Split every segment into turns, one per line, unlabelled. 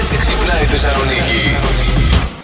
έτσι ξυπνάει η Θεσσαλονίκη.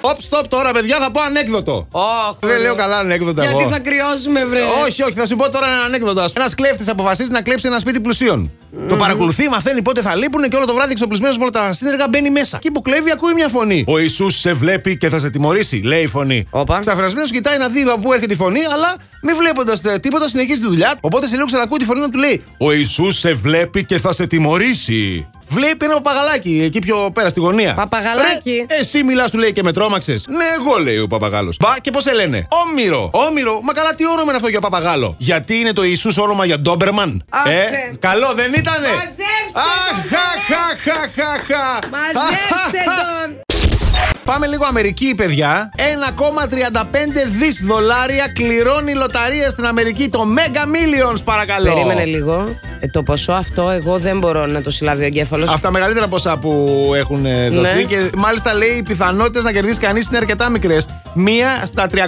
Οπ, stop τώρα, παιδιά, θα πω ανέκδοτο.
Όχι.
Δεν λέω καλά ανέκδοτα
Γιατί
εγώ.
θα κρυώσουμε, βρε.
Όχι, όχι, θα σου πω τώρα ένα ανέκδοτο. Ένας κλέφτης αποφασίζει να κλέψει ένα σπίτι πλουσίων. Το παρακολουθεί, μαθαίνει πότε θα λείπουν και όλο το βράδυ εξοπλισμένος με όλα τα σύνεργα μπαίνει μέσα. Και που κλέβει, ακούει μια φωνή. Ο Ισού σε βλέπει και θα σε τιμωρήσει, λέει η φωνή.
Όπα.
Ξαφρασμένος κοιτάει να δει από πού έρχεται η φωνή, αλλά μη βλέποντας τίποτα συνεχίζει τη δουλειά. του. Οπότε σε λίγο ξανακούει τη φωνή να του λέει Ο Ισού σε βλέπει και θα σε τιμωρήσει. Βλέπει ένα παπαγαλάκι εκεί πιο πέρα στη γωνία.
Παπαγαλάκι.
Ρε, εσύ μιλάς, του λέει και με τρόμαξες. Ναι, εγώ λέει ο παπαγάλος. Μπα και πώς σε λένε. Όμηρο, όμηρο. Μα καλά, τι όνομα είναι αυτό για παπαγάλο. Γιατί είναι το Ιησούς όνομα για Ντόμπερμαν. Ε,
Άσε.
καλό δεν ήτανε.
Μαζέψτε τον,
Αχαχαχαχαχα.
Μαζέψτε τον.
Πάμε λίγο Αμερική, παιδιά. 1,35 δις δολάρια κληρώνει λοταρία στην Αμερική. Το Mega Millions, παρακαλώ.
Περίμενε λίγο. Ε, το ποσό αυτό εγώ δεν μπορώ να το συλλάβει ο εγκέφαλος.
Αυτά τα μεγαλύτερα ποσά που έχουν ε, δοθεί.
Ναι.
Και μάλιστα λέει οι πιθανότητες να κερδίσει κανείς είναι αρκετά μικρές. Μία στα 302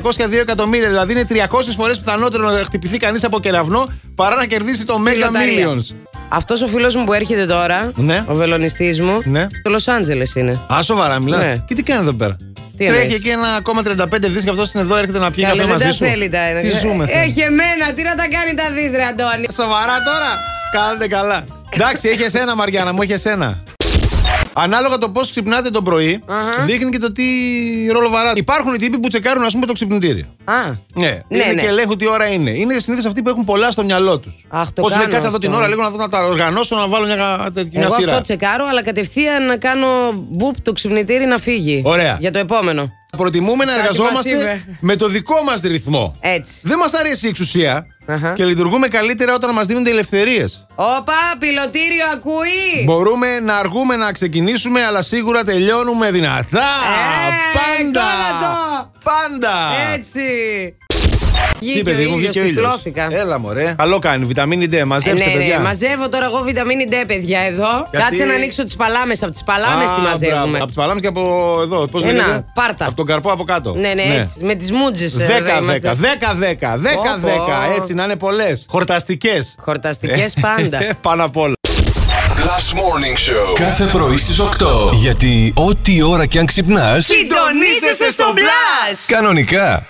εκατομμύρια. Δηλαδή είναι 300 φορές πιθανότερο να χτυπηθεί κανείς από κεραυνό παρά να κερδίσει το Mega Millions.
Αυτός ο φίλος μου που έρχεται τώρα,
Ναι.
ο βελονιστής μου,
Ναι.
το Λο Άντζελε είναι.
Α, σοβαρά μιλά.
Ναι.
Και τι κάνει εδώ πέρα.
Τι εννοείς?
Τρέχει εκεί ένα ακόμα 35 δις και αυτός είναι εδώ, έρχεται να πιει
Καλέ,
καφέ
δεν
μαζί
τα
σου.
θέλει τα Ε,
Τι ζούμε. φίλε.
Έχει εμένα, τι να τα κάνει τα δει, ρε Αντώνη.
Σοβαρά τώρα. Κάντε καλά. Εντάξει, έχει εσένα, Μαριάννα μου, έχει εσένα. Ανάλογα το πώς ξυπνάτε το πρωι
Αχα.
δείχνει και το τι ρόλο βαράτε. Υπάρχουν οι τύποι που τσεκάρουν, ας πούμε, το ξυπνητήριο.
Α,
Ναι,
Ναι,
είναι
ναι.
και ελέγχουν τι ώρα είναι. Είναι συνήθως αυτοί που έχουν πολλά στο μυαλό τους.
Αχ, το
Πώ λέει,
κάνω
κάτσε εδώ την
αυτό.
ώρα, λίγο να δω να τα οργανώσω, να βάλω μια, τέτοια- μια
εγώ
σειρά.
αυτό τσεκάρω, αλλά κατευθείαν να κάνω μπουπ το ξυπνητήρι να φύγει.
Ωραία.
Για το επόμενο.
Προτιμούμε να
Κάτι μας
εργαζόμαστε
είπε.
με το δικό μας ρυθμό.
Έτσι.
Δεν μας αρέσει η εξουσία
Αχα.
και λειτουργούμε καλύτερα όταν μας δίνονται ελευθερίες.
Όπα, πιλωτήριο ακούει!
Μπορούμε να αργούμε να ξεκινήσουμε, αλλά σίγουρα τελειώνουμε δυνατά.
Ε,
πάντα!
κόλλατο.
Πάντα!
Έτσι!
Τι παιδί μου, βγήκε ο ήλιος.
τυφλώθηκα.
Έλα, μωρέ. Καλό κάνει, βιταμίνη D.
Ε,
Μαζέψτε,
ναι, ναι,
παιδιά.
μαζεύω τώρα εγώ βιταμίνη D, παιδιά, εδώ.
Γιατί-
Κάτσε να ανοίξω τις παλάμες. Από τις παλάμες τι μαζεύουμε.
Από τις παλάμες και από εδώ. Πώς
Ένα,
λέγεται.
πάρτα.
Από τον καρπό από κάτω.
Ναι, ναι, έτσι. Με ε, τι μουτζε.
10-10, 10-10, 10-10,
Πω, πω.
έτσι να είναι πολλές. Χορταστικές.
Χορταστικές πάντα.
Πάνω απ' όλα.
Last Morning Show.
Κάθε πρωί στις 8. Γιατί ό,τι ώρα κι αν ξυπνάς,
Συντονίζεσαι στο μπλα!
κανονικά.